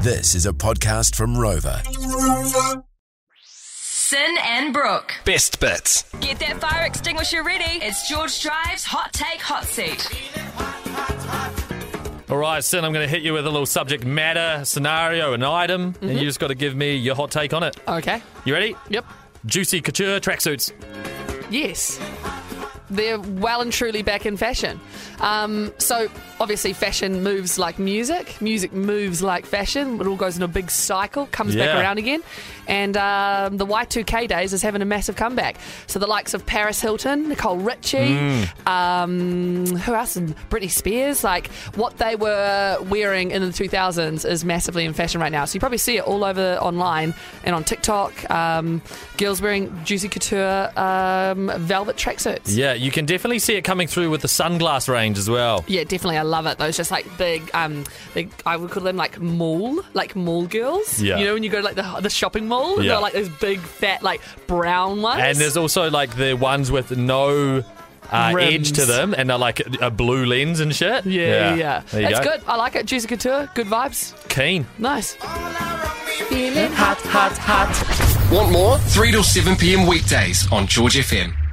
This is a podcast from Rover. Sin and Brooke. Best bits. Get that fire extinguisher ready. It's George Drive's Hot Take Hot Seat. All right, Sin, I'm going to hit you with a little subject matter, scenario, an item, Mm-hmm. and you just got to give me your hot take on it. Okay. You ready? Yep. Juicy couture tracksuits. Yes. They're well and truly back in fashion. Um, so, obviously, fashion moves like music. Music moves like fashion. It all goes in a big cycle, comes back Yeah. around again. And um, the Y2K days is having a massive comeback. So, the likes of Paris Hilton, Nicole Richie, um, who else? And Britney Spears. Like, what they were wearing in the 2000s is massively in fashion right now. So, you probably see it all over online and on TikTok. Um, girls wearing juicy couture um, velvet tracksuits. Yeah, you can definitely see it coming through with the sunglass range as well. Yeah, definitely. I love it. Those just like big, um, big, I would call them like mall, like mall girls. Yeah. You know, when you go to like the, the shopping mall, and Yeah. they're like those big, fat, like brown ones. And there's also like the ones with no uh, edge Rims. to them, and they're like a blue lens and shit. yeah, yeah. There you It's go. good. I like it. Juicy Couture, good vibes. Keen. Nice. Want more? 3 till 7 p.m. weekdays on George FM.